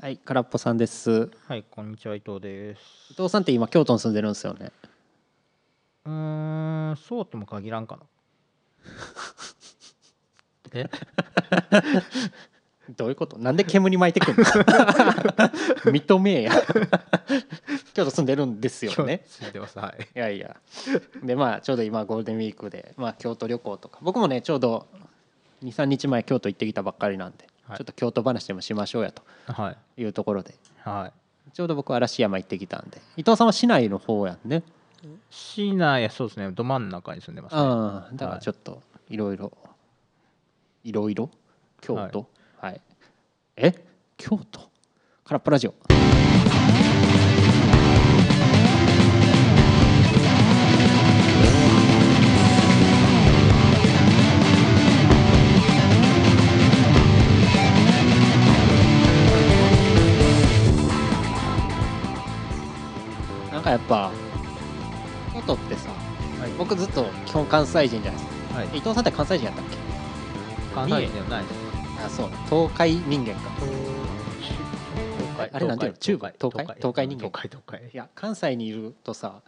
はい、空っぽさんです。はい、こんにちは、伊藤です。伊藤さんって今京都に住んでるんですよね。うーん、そうとも限らん かな。えどういうこと？なんで煙巻いてくん の？認めえや。京都住んでるんですよね。知ってます、はい。いやいや。でまあちょうど今ゴールデンウィークでまあ京都旅行とか、僕もねちょうど2、3日前京都行ってきたばっかりなんで、はいちょっと京都話でもしましょうやとはい。いうところで、はちょうど僕嵐山行ってきたんで、伊藤さんは市内の方やんね。い。市内、そうですね、ど真ん中に住んでます、ね。ああだからちょっといろいろいろいろ京都はい、え京都空っぽラジオなんかやっぱ京都ってさはい、僕ずっと基本関西人じゃないですかはい伊、藤さんって関西人やったっけ関西人ではないです。あそう東海人間か東海あれなんていうの中部東海東海人間東海、東い海。や関西にいるとさ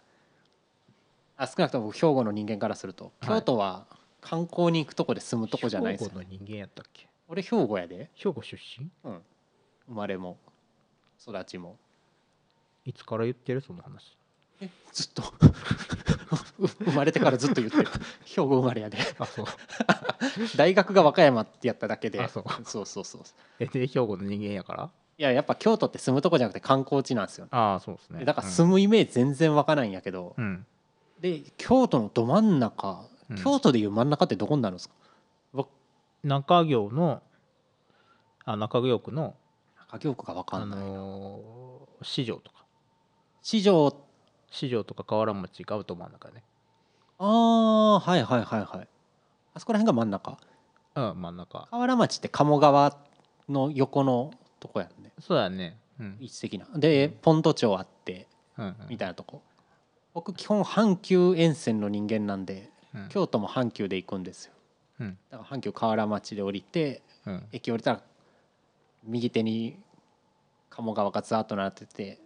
あ少なくとも僕兵庫の人間からするとはい京都は観光に行くとこで住むとこじゃないです兵よ、庫の人間やったっけ俺兵庫やで、兵庫出身うん、生まれも育ちもいつから言ってるその話。ずっと う生まれてからずっと言ってる兵庫生まれやであ、そう。大学が和歌山ってやっただけであそうそうそうそうえ、で、兵庫の人間やからいややっぱ京都って住むとこじゃなくて観光地なんですよ、ああ、そうですね。だから住むイメージ全然わかないんやけど、うん、うん。で京都のど真ん中、うん京都でいう真ん中ってどこになるんですか僕中行の、あ、中行区の、中京区が分かあんない、のー市場とか市場市場とか河原町がど真ん中やねああはいはいはいはいあそこら辺が真ん中うん真ん中河原町って鴨川の横のとこやんねそうだねうん位置的なでポンド町あってうんみたいなとこ僕基本阪急沿線の人間なんでうん京都も阪急で行くんですようんだから阪急河原町で降りてうん駅降りたら右手に鴨川がザーッとなってて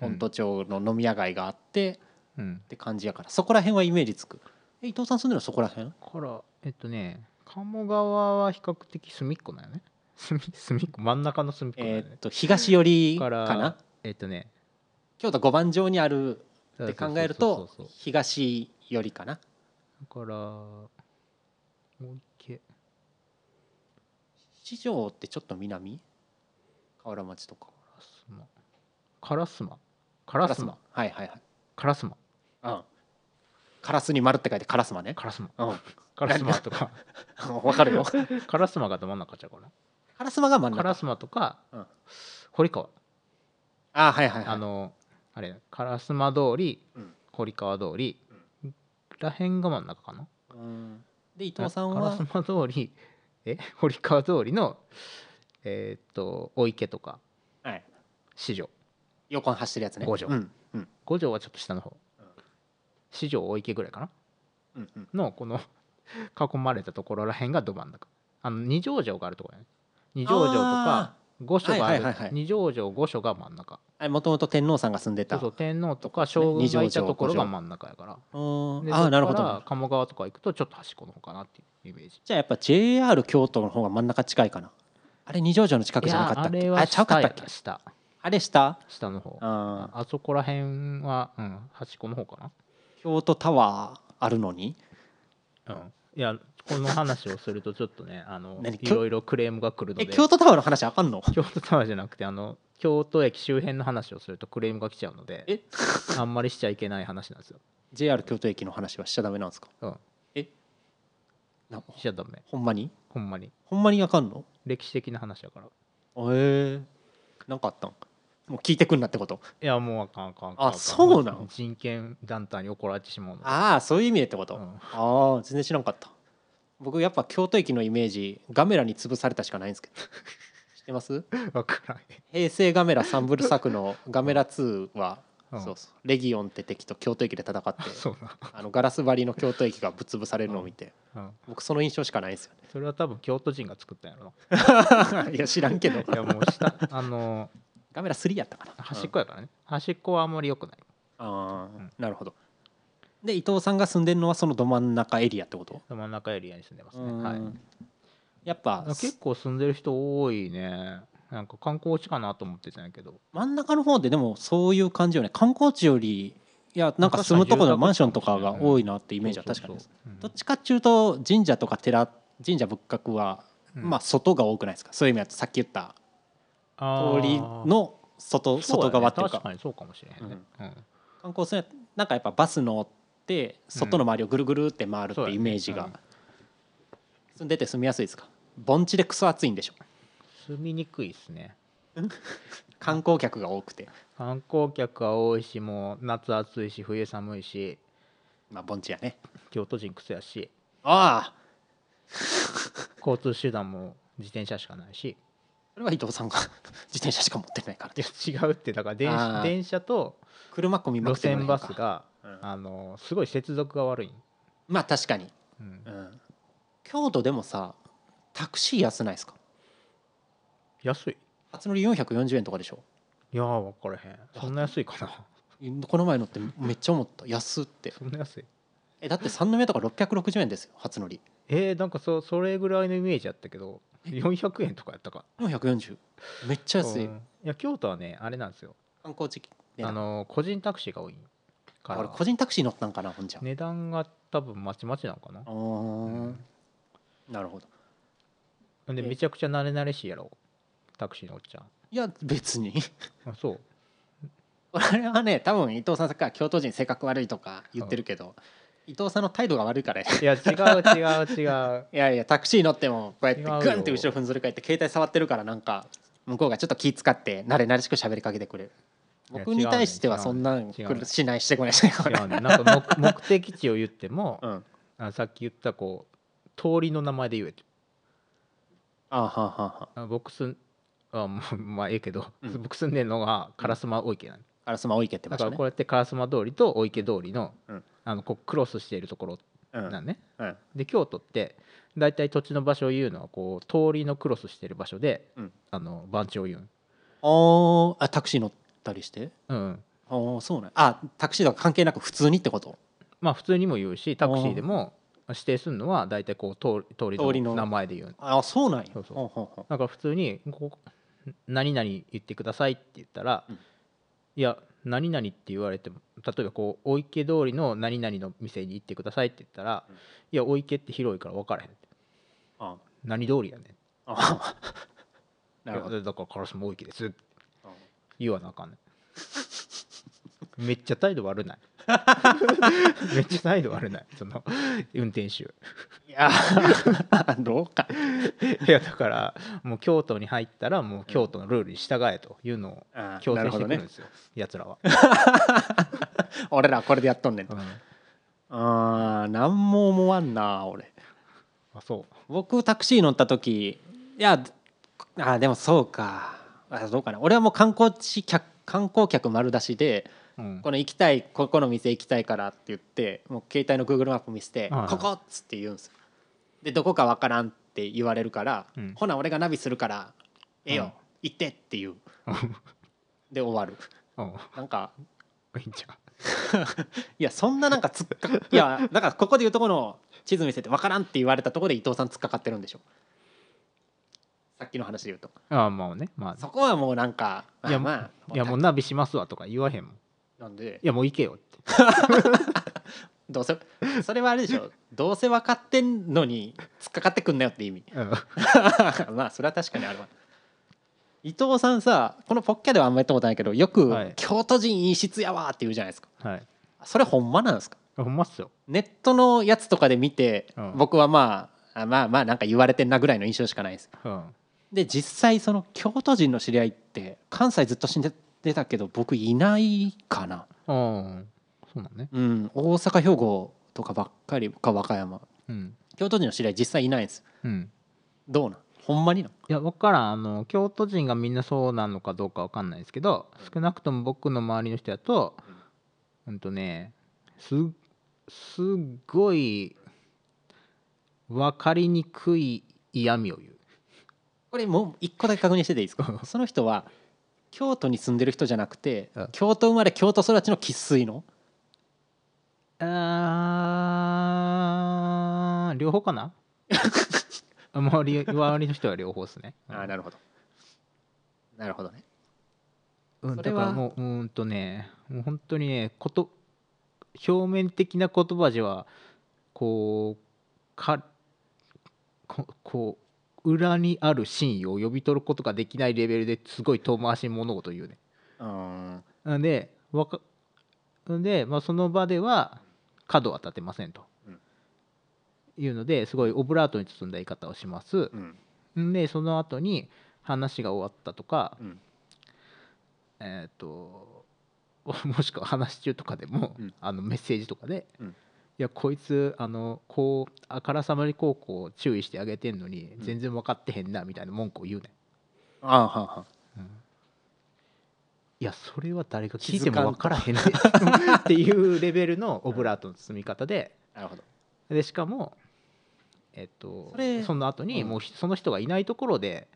本都町の飲み屋街があってうんって感じやからそこら辺はイメージつくえ伊藤さん住んでるのそこら辺からえっとね鴨川は比較的隅っこなんよね隅隅っこ真ん中の隅っこなんよえーねっと東寄りかだからなえっとね京都五番城にあるって考えるそとうそうそうそう東寄りかなそうだからもう一軒四条ってちょっと南河原町とか烏丸烏丸はいはいはい烏丸うんカラスに丸って書いてカラスマね烏丸うん 烏丸とかわかるよカ烏丸がど真ん中ちゃうかなラスマが真ん中烏丸とかうん堀川あはいはいはいあのあれ烏丸通り、うん堀川通り、らへんが真ん中かなうんで伊藤さんあは烏丸通りえ堀川通りのえーっとお池とかはい四条横に走ってるやつね五条うんうん五条はちょっと下の方、うん四条お池ぐらいかなうんうんのこの囲まれたところらへんがど真ん中あの二条城があるところね二条城とかあ五所がある、はいはいはいはい二条城五所が真ん中ーあもともと天皇さんが住んでそたうそうう天皇とか将軍がいたところが真ん中やからーでんあそーっなるほからど鴨川とか行くとちょっと端っこの方かなっていうイメージじゃあやっぱ JR 京都の方が真ん中近いかなあれ二条城の近くじゃなかったっけあちゃうかったっけ下あれ下下の方ああーそこら辺は、うん、端っこの方か京都タワーあるのにな、うん、いやこの話をするとちょっとねあの何いろいろクレームが来るのえで京都タワーの話あかんの京都タワーじゃなくてあの京都駅周辺の話をするとクレームが来ちゃうのでえあんまりしちゃいけない話なんですよ、 JR 京都駅の話はしちゃダメなんですかうん、なしちゃダメほんまにほんまにほんまにあかんの歴史的な話だからええんかあったんもう聞いてくんなってこといやもうあかんあかんあかんあそうなん人権団体に怒られてしまうのでああそういう意味でってこと、うん ああ全然知らんかった僕やっぱ京都駅のイメージガメラに潰されたしかないんですけ ど知ってますわからへん平成ガメラ三部作のガメラ2はうんそうそうレギオンって敵と京都駅で戦 ってそうだ、あのガラス張りの京都駅がぶっ潰されるのを見てうん、僕その印象しかないんですよそれは多分京都人が作ったんやろ ねいや知らんけどないやもう 下あのカメラ3やったかな端っこやからね端っこはあんまり良くないああ、うんなるほどで伊藤さんが住んでるのはそのど真ん中エリアってこと真ん中エリアに住んでますねはいやっぱあ結構住んでる人多いねなんか観光地かなと思ってたんやけど真ん中の方ででもそういう感じよね観光地よりいやなんか住むところのマンションとかが多いなってイメージは確かにですそうそうそうどっちかっていうと神社とか寺神社仏閣はうんまあ外が多くないですかそういう意味だとさっき言ったあ通ーりの外そう外だね側っていうか確かにそうかもしれへんね、うん観光するなんかやっぱバス乗って外の周りをぐるぐるって回るってそうだねイメージが、うん住んでて住みやすいですか盆地でクソ暑いんでしょ住みにくいですね観光客が多くて、観光客は多いしもう夏暑いし冬寒いしまあ、盆地やね京都人癖やしああ交通手段も自転車しかないしそれは伊藤さんが 自転車しか持ってないからいでや違うってだから電あー車電車と車込みま路くってもらえる線のバかスが、うんあのすごい接続が悪い、まあ確かに、うんうん、京都でもさタクシー安ないですか安い初乗り440円とかでしょいやー分からへんそんな安いかな この前乗ってめっちゃ思った安ってそんな安いえだって3の目とか660円ですよ初乗りえー、なんかそそれぐらいのイメージやったけど400円とかやったか440めっちゃ安ういんいや京都はねあれなんですよ観光地であの個人タクシーが多いか俺ら個人タクシー乗ったんかなほんじゃ、値段が多分まちまちなのかなあーなるほどほんでえめちゃくちゃ慣れ慣れしいやろタクシーのおっちゃんいや別に あそう俺はね多分伊藤さんさっきから京都人性格悪いとか言ってるけど、伊藤さんの態度が悪いからねいや違う違う 違ういやいやタクシー乗ってもこうやって違うよグンって後ろ踏んづり返って携帯触ってるからなんか向こうがちょっと気使って慣れ慣れしく喋りかけてくれるいや僕に対しては違うねそんなん違うねしないしてこないしてこ違ない、うねなんか目目的地を言っても、うん、あさっき言ったこう通りの名前で言えと あはははあ僕すんあもうまあええけど、うん僕住んでるのが烏丸大池なんであらすま多いけってまだしかたらねこうやって烏丸通りと大池通りの,、うんあのこうクロスしているところうんなんね、うんで京都って大体土地の場所を言うのはこう通りのクロスしてる場所で、うんあの番地を言うあーあタクシー乗ったりしてうん、うん、ああそうねあタクシーとか関係なく普通にってことまあ普通にも言うしタクシーでも指定するのは大体こう通り通通りりのの名前で言うああそうなんやそうそうほんほんほんだから普通にこう「何々言ってください」って言ったら「うんいや何々」って言われても例えばこう「お池通りの何々の店に行ってください」って言ったら「うんいやお池って広いから分からへん」ってあ「何通りやねん」ああ なるほいどやだから烏丸大池です」あ言わなあかんねん めっちゃ態度悪ないめっちゃ態度悪ないその運転手いや どうかいやだからもう京都に入ったらもう京都のルールに従えというのあを強なる制しほどてくるんねですよ、やつらは、俺らはこれでやっとんねんうとんあーなんも思わんな俺あそ僕タクシー乗った時いやあーでもそうかあどうかな俺はもう観光地客観光客丸出しでう、うん、この行きたいここの店行きたいからって言ってもう携帯の Google マップ見せてはいは「いここ!」っつって言うんですよでどこかわからんって言われるから、うんほな俺がナビするからええよ、うん行ってって いうで終わるうん なんかいいんちゃいやそんななんかつっか いやだからここでいうとこの地図見せてわからんって言われたところで伊藤さん突っかかってるんでしょさっきの話で言うとうああまあねまそこはもうなんかいやまあまああいやもうナビしますわとか言わへんもんなんでいやもう行けよってどうせそれはあれでしょどうせ分かってんのに突っかかってくんなよって意味 うん まあそれは確かにあるわ伊藤さんさこのポッキャではあんま言ったことないけどよくはい「京都人陰湿やわ」って言うじゃないですかはいそれほんまなんですかほんまっすよネットのやつとかで見て、うん僕はまああまあまあなんか言われてんなぐらいの印象しかないですうんで実際その京都人の知り合いって関西ずっと死んでたけど僕いないかなうんそうなんねうん大阪兵庫とかばっかりか和歌山うん京都人の知り合い実際いないんですうんどうなんほんまにないや分からんあの京都人がみんなそうなのかどうか分かんないですけどうん少なくとも僕の周りの人やとうんとねすすっごい分かりにくい嫌味を言うこれもう一個だけ確認してていいですかその人は京都に住んでる人じゃなくてうん京都生まれ京都育ちの生粋のあー両方 かな周り周りの人は両方ですねああなるほどなるほどねうん、そだれかはらもううーんとねもう本当にねこと表面的な言葉じゃこうかここう裏にある真意を呼び取ることができないレベルですごい遠回しに物事を言うね。うーんなんでわかんで、まあ、その場では角は立てませんと。うんいうのですごいオブラートに包んだ言い方をしますう。んんでその後に話が終わったとかう、んえっ、ともしくは話し中とかでも、うんあのメッセージとかで、うんいやこいつあのこうあからさまにこうこう注意してあげてんのにうん全然分かってへんなみたいな文句を言うね、ああはんはんんいやそれは誰が聞いて気づかんとも分からへんね っていうレベルのオブラートの包み方でなるほどでしかもえっとそれその後にうんもうひその人がいないところで、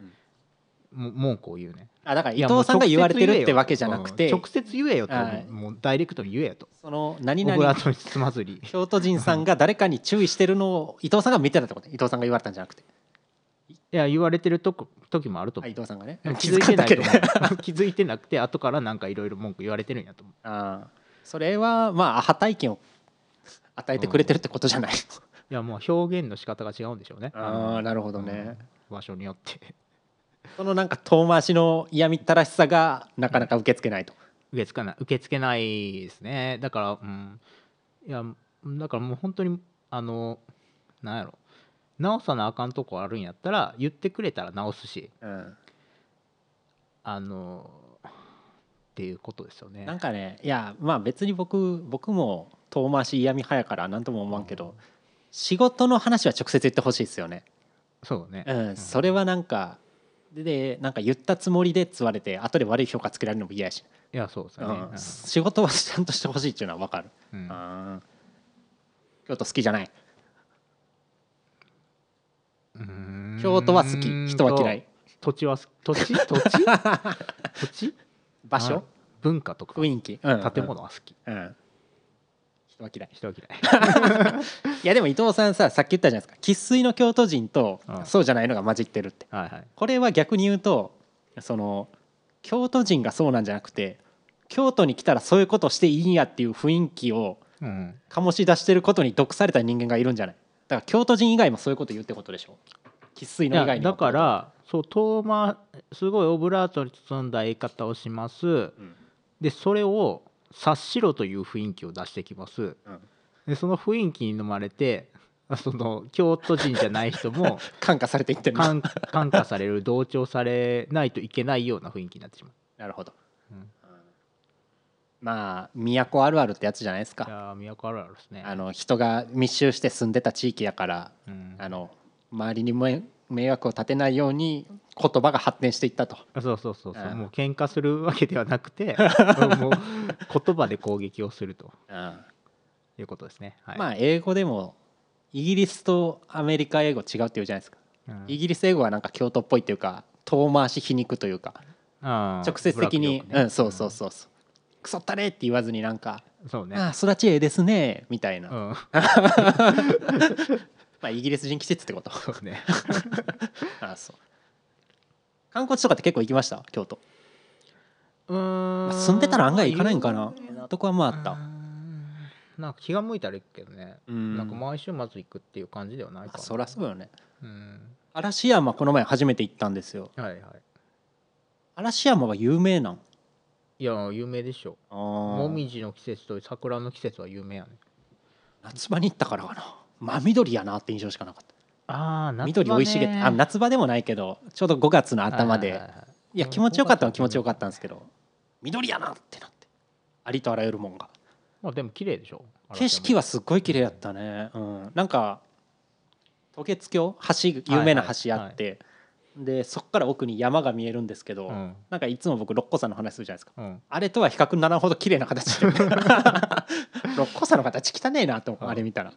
も文句を言うねあだからい伊やもう藤さんが言われてるってわけ直接じゃ言えなよくてうん直接言えよとはいもうダイレクトに言えよとその何オブラ々ートに包ま ずり京都人さんが誰かに注意してるの を伊藤さんが見てたってことね伊藤さんが言われたんじゃなくていや言われてるとこ時もあるとあ思う、伊藤さんがね気づいてない気づとかんだ思けでう 気づいてなくて後からなんかいろいろ文句言われてるんやと思ああそれはまあアハ体験を与えてくれてるってことじゃない、ういやもう表現の仕方が違うんでしょうねああるなるほどね、場所によって そのなんか遠回しの嫌みったらしさがなかなか受け付けないと、受け付けない受け付けないですねだからうんいやだからもう本当にあのなんやろ直さなあかんとこあるんやったら言ってくれたら直すしうんあのっていうことですよねなんかねいやまあ別に僕僕も遠回し嫌み派やから何とも思わんけど、仕事の話は直接言ってほしいですよね、そうね、うん、それはなんかででなんか言ったつもりでつわれて後で悪い評価つけられるのも嫌やし、いやそうですうよね、ん、仕事はちゃんとしてほしいっていうのは分かる、うんうんあー京都好きじゃないうーん京都は好き人は嫌い土地はす土地 土地土地場あ所文化とか雰囲気、うんうん建物は好きうん、人は嫌い人は嫌いいやでも伊藤さんささっき言ったじゃないですか生粋の京都人とうんそうじゃないのが混じってるってはいはいこれは逆に言うとその京都人がそうなんじゃなくて京都に来たらそういうことしていいんやっていう雰囲気をうん醸し出してることに毒された人間がいるんじゃないだから京都人以外もそういうこと言うってことでしょ生粋いの以や外にもだからそう遠回すごいオブラートに包んだ言い方をしますうんでそれを察しろという雰囲気を出してきますうんでその雰囲気に飲まれて あその京都人じゃない人 も感化されていってるな感感化される同調されないといけないような雰囲気になってしまうなるほど、うんうんまあ都あるあるってやつじゃないですいかやー都あるあるですねあの人が密集して住んでた地域やからうんあの周りにも迷惑を立てないように言葉が発展していったとあそうそうそうそううんもう喧嘩するわけではな くてもう言葉で攻撃をするということですねはい、まあ英語でもイギリスとアメリカ英語違うっていうじゃないですかうんイギリス英語はなんか京都っぽいっていうか遠回し皮肉というかあー直接的にブラックジうョークねんそうそうそうそうクソったれって言わずになんかうんそうねああ育ちええですねみたいなうまん あイギリス人季節ってこと そうねああそう観光地とかって結構行きました京都うまんあ住んでたら案外行かないんかなとこはまああったなんか気が向いたら行くけどねうんなんか毎週末行くっていう感じではないまあかそりゃそうよねうん嵐山この前初めて行ったんですよはいはい嵐山が有名なんいやー有名でしょももみじの季節と桜の季節は有名やね夏場に行ったからかな真緑やなって印象しかなかったああ緑生い茂ってあ夏場でもないけどちょうど5月の頭で、いや気持ちよかったのは気持ちよかったんですけど緑やなってなってありとあらゆるもんがまあでも綺麗でしょ景色ははすっごい綺麗やったね、うん、なんか渡月橋橋有名な橋あって、でそこから奥に山が見えるんですけど、うんなんかいつも僕六甲山の話するじゃないですかうんあれとは比較にならんほど綺麗な形で 六甲山の形汚ねえなと思ううんあれ見たら、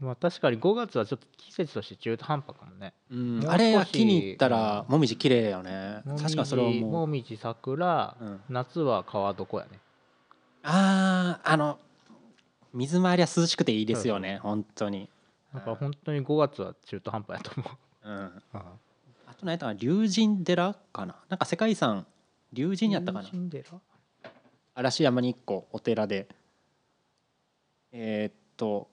まあ確かに5月はちょっと季節として中途半端かもねうんもう少しあれは木に行ったらもみじ綺麗よねもみじ確かそれはももう、みじ桜、うん夏は川床やねあーあの水回りは涼しくていいですよね本当に、だから本当に5月は中途半端やと 思ううん、ああと何やったかな龍神寺かななんか世界遺産龍神やったかな嵐山に1個お寺でえーっと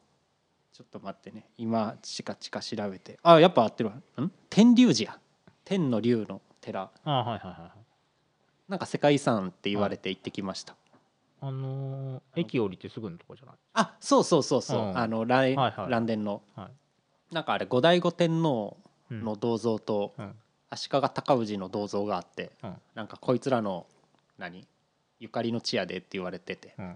ちょっと待ってね今チカチカ調べてあやっぱ合ってるわん天龍寺や天の龍の寺あはいはいはいはいなんか世界遺産って言われて行ってきました、あのー駅降りてすぐのとこじゃないあそうそうそうそう、うんあの来、はいはい蘭殿の、はなんかあれ後醍醐天皇うんの銅像とうん足利尊氏の銅像があってうんなんかこいつらの何ゆかりの地やでって言われててうん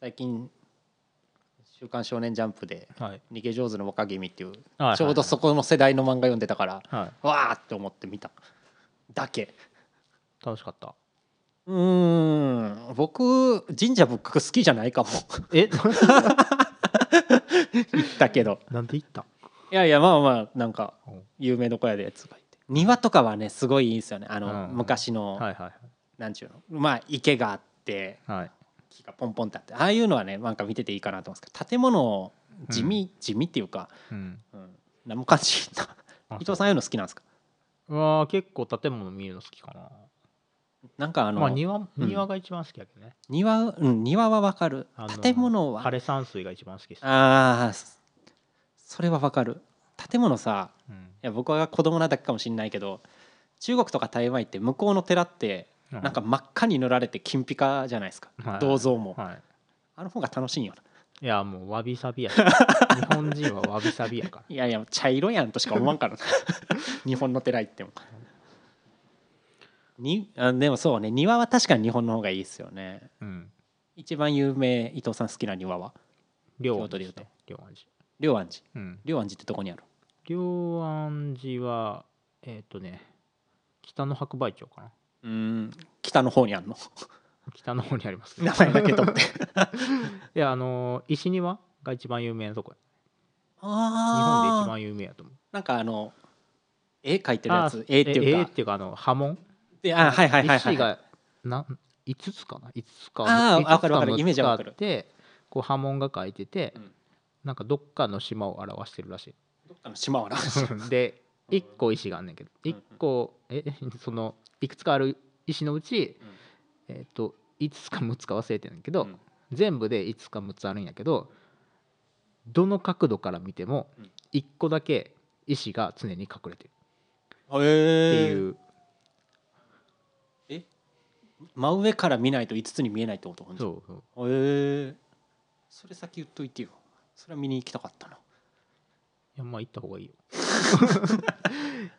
最近「週刊少年ジャンプ」ではい「逃げ上手の若君」っていうはいはいちょうどそこの世代の漫画読んでたからはいわーって思って見ただけ楽しかったうーん僕神社仏閣好きじゃないかも えだけどなんで行ったいやいやまあまあなんかうん有名どこやでやつがいて庭とかはねすごいいいんですよねあの、うん昔の、はいはいなんちゅうのまあ池があってはいはい木がポンポンってあってああいうのはねなんか見てていいかなと思うんですけど建物を地味、地味っていうか、うんうん、何も感じない伊藤さんああいうの好きなんですかんは結構建物見るの好きかななんかあの、まあ庭うん庭が一番好きやけどね庭うん庭はわかるあの建物は枯山水が一番好きですああそれはわかる建物さうんいや僕は子供なだけかもしれないけど中国とか台湾行って向こうの寺ってうなんか真っ赤に塗られて金ピカじゃないですか、はい銅像も、はいあの方が楽しいんよないやもうわびさ びやから日本人はわびさびやからいやいや茶色やんとしか思わんから な日本の寺行ってもにあでもそうね庭は確かに日本の方がいいですよねうん一番有名伊藤さん好きな庭は両京都で言安うと寺両安寺龍安寺うん龍安寺ってどこにある両安寺はえっ、とね北の白梅町かなうーん北の方にあるの北の方にあります 名前だけ 取っていやあのー石庭が一番有名なとこや日本で一 ああ番有名やと思うなんかあの絵描いてるやあつー絵っていうえ絵っかていうかあの波紋であはいはいはいは石い、はい、がな5つかな5つかあー五つわかるわかる六つイメージはわかるあってこう波紋が書いてて、うんなんかどっかの島を表してるらしいどっかの島はな で1個石があんねんけどうん1個え そのいくつかある石のうち、えっと5つか6つか忘れてるんだけど、うん全部で5つか6つあるんやけどどの角度から見てもうん1個だけ石が常に隠れてるへえっていう、真上から見ないと5つに見えないってことほんとそうそうへえそれ先言っといてよそれは見に行きたかったないやまあ行った方が いいよ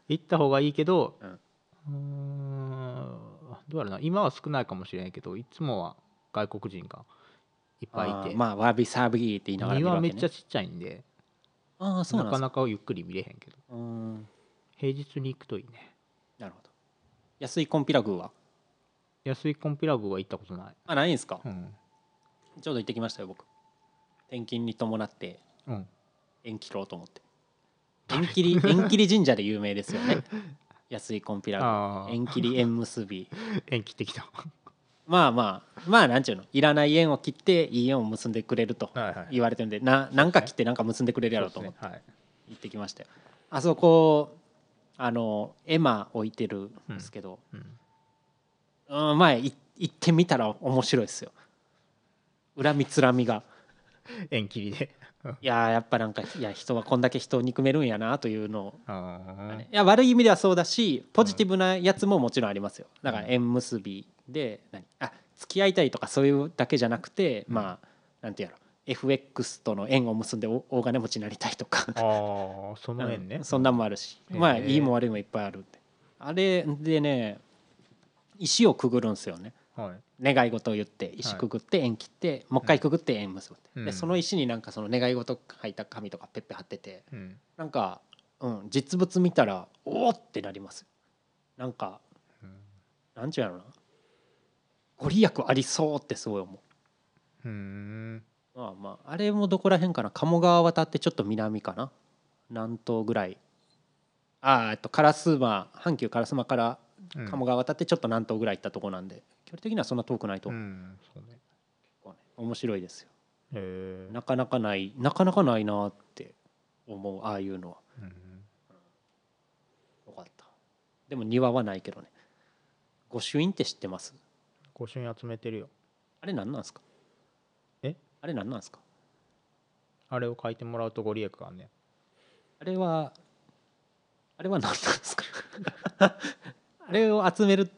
行った方がいいけどうんうーんどうやろな今は少ないかもしれないけどいつもは外国人がいっぱいいあてーまあわびさびって言いながら見るわ庭け、ね、めっちゃちっちゃいんでああそうななんでかすかなかゆっくり見れへんけどうーん平日に行くといいねなるほど安いコンピラグーは安いコンピラ部は行ったことないあないんですか、うんちょうど行ってきましたよ僕転勤に伴ってうん縁切ろうと思って縁切 り縁切り神社で有名ですよね安いコンピラグーああ縁切り縁結び延期 的だまあまあまあなんちゅうのいらない縁を切っていい縁を結んでくれるとはいはい言われてるんでななんか切ってなんか結んでくれるやろうとそう思っでてすねはい行ってきましたよあそこあの絵馬置いてるんですけど、うんうん、前行ってみたら面白いですよ恨みつらみが縁切りでいやーやっぱなんかいや人はこんだけ人を憎めるんやなというのをああいや悪い意味ではそうだしポジティブなやつももちろんありますよだから縁結びで何あ付き合いたいとかそういうだけじゃなくて、まあなんていうやろ FX との縁を結んでお大金持ちになりたいとかあーその縁うねんそんなんもあるし、へえまあいいも悪いもいっぱいあるんであれでね石をくぐるんですよねはい願い事を言って石くぐって縁切って、もう一回くぐって縁結ぶって、うんでその石になんかその願い事書いた紙とかペッペ貼っててうんなんかうん、実物見たらおおってなりますなんかうんなんちゅうやろなご利益ありそうってすごい思うーんうまあまああれもどこら辺かな鴨川渡ってちょっと南かな南東ぐらいああえっと烏丸阪急烏丸からうん鴨川渡ってちょっと南東ぐらい行ったとこなんで距離的にはそんな遠くないとう思うんそうね面白いですよへえなかなかないなかなかないなって思うああいうのはうんよかったでも庭はないけどね御朱印って知ってます御朱印集めてるよあれ何なんすかえあれ何なんすかあれを書いてもらうとご利益があんねんあれはあれは何なんですか あれを集める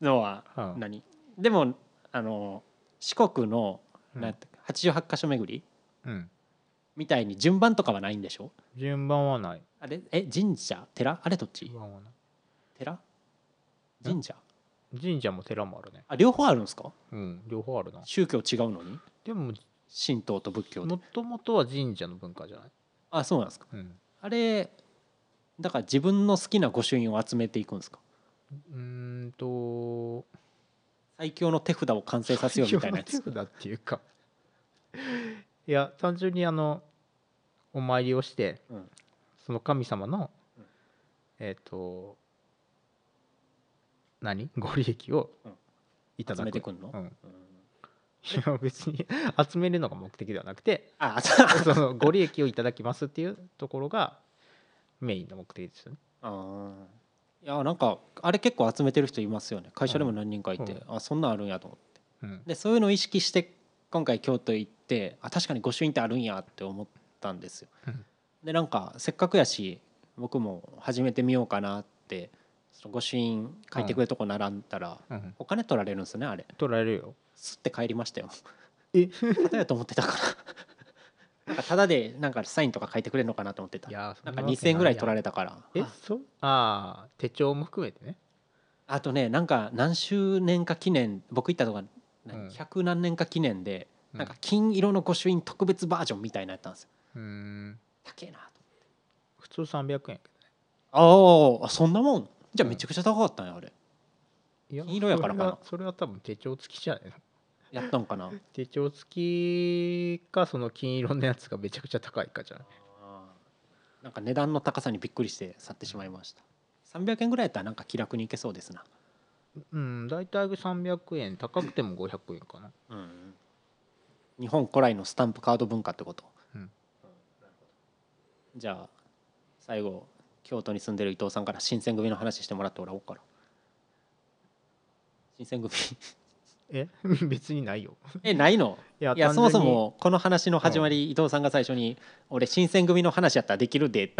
のはうん何、でもあの四国の、うんなんやったっけ88箇所巡りうんみたいに順番とかはないんでしょ順番はないあれえ神社寺あれどっち順番はない寺神社神社も寺もあるねあ両方あるんですかうん両方あるな宗教違うのにでも神道と仏教でもともとは神社の文化じゃないあそうなんですかうんあれだから自分の好きな御朱印を集めていくんですかうーんと最強の手札を完成させようみたいなやつ手札っていうか いや単純にあのお参りをして、うんその神様の、うんえっ、と何ご利益をうんいただ集くめてくんの、うん、うんいや別に 集めるのが目的ではなくて あそうそのご利益をいただきますっていうところがメインの目的ですよねあーいやなんかあれ結構集めてる人いますよね会社でも何人かいて、うんあそんなんあるんやと思ってうんでそういうのを意識して今回京都行ってあ確かに御朱印ってあるんやって思ったんですようん。でなんかせっかくやし僕も始めてみようかなってその御朱印書いてくれるとこ並んだら、うんお金取られるんですねあれ取られるよすって帰りましたよえただやと思ってたからなんかただでなんかサインとか書いてくれるのかなと思ってたいやなんか2,000円ぐらい取られたたからえあそうああ手帳も含めてねあとねなんか何周年か記念僕行ったとこがうん100何年か記念で、うんなんか金色の御朱印特別バージョンみたいなやったんですようーん高えなと普通300円やけどねあーあそんなもんじゃあめちゃくちゃ高かったんやあれいや黄色やからかなそれはそれは多分手帳付きじゃないのやったんか な手帳付きかその金色のやつがめちゃくちゃ高いかじゃないあーなんか値段の高さにびっくりして去ってしまいました300円ぐらいやったらなんか気楽に行けそうですなうん大体300円高くても500円かなうん日本古来のスタンプカード文化ってこと、うんじゃあ最後京都に住んでる伊藤さんから新選組の話してもらってもらおうかな新選組 え 別にないよえないのいやいやそもそ単純にもこの話の始まり、伊藤さんが最初に「俺新選組の話やったらできるで」って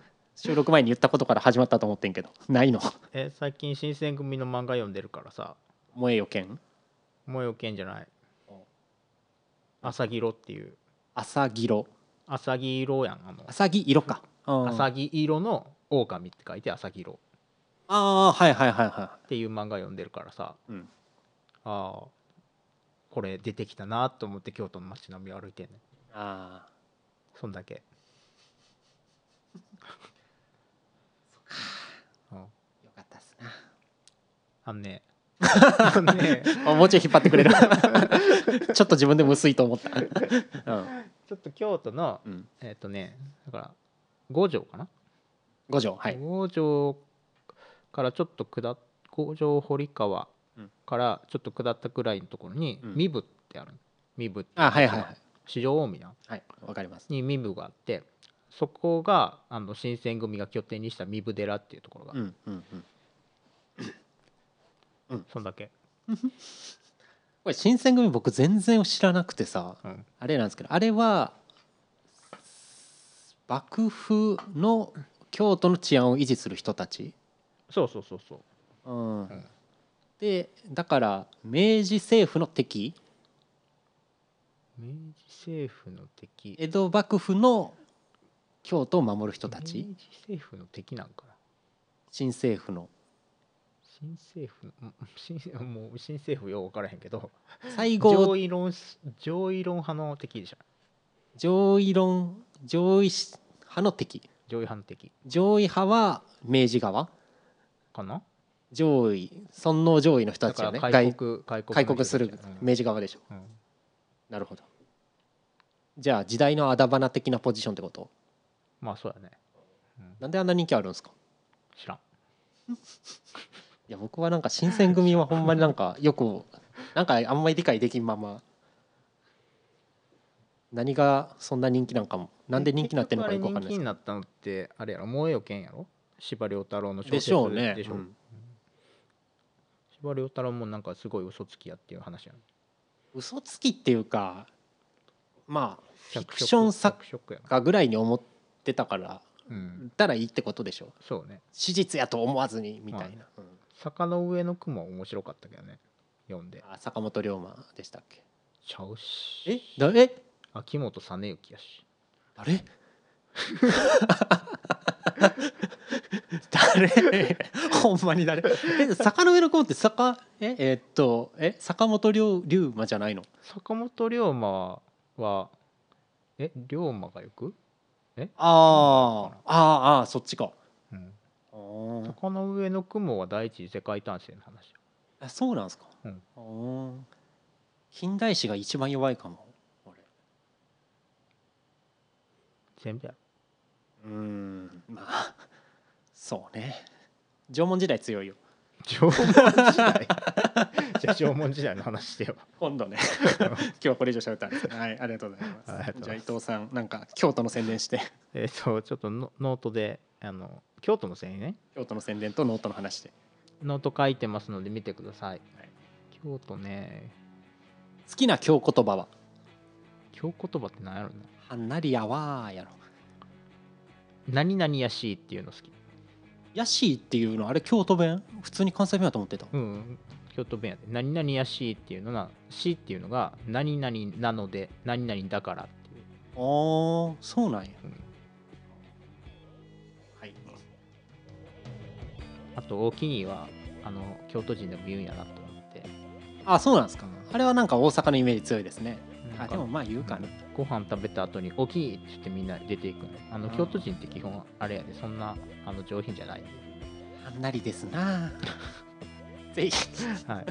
収録前に言ったことから始まったと思ってんけどないのえ最近新選組の漫画読んでるからさ燃えよ剣「もうよけんじゃないお」 「朝ぎろ」っていう朝ぎろ「朝ぎろ」やんあの朝ぎ色か、 「うん朝ぎ色の狼」って書いて「朝ぎろ」ああはいはいはいはっていう漫画読んでるからさい、うん、ああこれ出てきたなと思って京都の街並みを歩いてんねああそんだけうんよかったっすなあんね あんねあもうちょい引っ張ってく れるちょっと自分でも薄いと思った、うんちょっと京都のうん、えっ、とねだから五条かな、五条はい五条からちょっと下っ五条堀川うんからちょっと下ったくらいのところにうん壬生、ってある壬生ってあはいはいはい四条大宮はいわかりますに壬生があってそこがあの新選組が拠点にした壬生寺っていうところが、うんうんうんそんだけ、これ新選組僕全然知らなくてさうんあれなんですけどあれは幕府の京都の治安を維持する人たち、そうそうそうそううんんでだから明治政府の敵明治政府の敵江戸幕府の京都を守る人たち明治政府の敵なんかな新政府の新政府のん新 もう新政府よう分からへんけど西郷上位論上位論派の敵でしょ上位論上位派の敵上位反的上位派は明治側かな上位尊王上位の人たちよねだから開外国開国開国する目明治側でしょうんうんなるほどじゃあ時代のあだ花的なポジションってことまあそうだね、うんなんであんな人気あるんですか知らんいや僕はなんか新選組はほんまになん かよくなんかあんまり理解できんまま何がそんな人気なんかもなんで人気になってるのかよくわかんないで結局あれ人気にすなったのってあれやろ燃えよ剣やろ司馬遼太郎の小説でしょうねでしょうん司馬遼太郎もなんかすごい嘘つきやっていう話やん嘘つきっていうかまあフィ着ク色ション作着色やな家ぐらいに思ってたからうんたらいいってことでしょそうね史実やと思わずにみたいな、うん坂の上の雲は面白かったけどね読んであ坂本龍馬でしたっけちゃうしえだえ秋元実之やしあ れ誰ほんまに誰え坂の上の子って坂ええっとえ坂本龍龍馬じゃないの坂本龍馬はえ龍馬が行く、あーあーあーそっちかうん、あー坂の上の雲は第一次世界大戦の話あそうなんですか、うんあー 近代史が一番弱いかも俺 全部やろうーんまあそうね縄文時代強いよ縄文時代 じゃあ縄文時代の話してよ今 度ね今日はこれ以上喋ったんですけどはいありがとうございますはいありがとうごじざゃあい伊ます藤さんなんか京都の宣伝してえっ、とちょっとノノートであの京都の線ね京都の宣伝とノートの話でノート書いてますので見てください、はい京都ね好きな京言葉は京言葉って何やろな「はんなりやわー」やろ何々やしいっていうの好き「やしー」っていうのあれ京都弁普通に関西弁だと思ってたうんうん京都弁やで何々やしいっていうのなしっていうのが何々なので何々だからっていうあーそうなんや、うんはいあと大きにはあの京都人でも言うんやなと思ってあそうなんですかあれはなんか大阪のイメージ強いですねなあんかでもまあ言うかね、ご飯食べた後に「大きい」って言ってみんな出ていくのあのあー京都人って基本あれやでそんなあの上品じゃないんで、 はんなりですなぜひはい、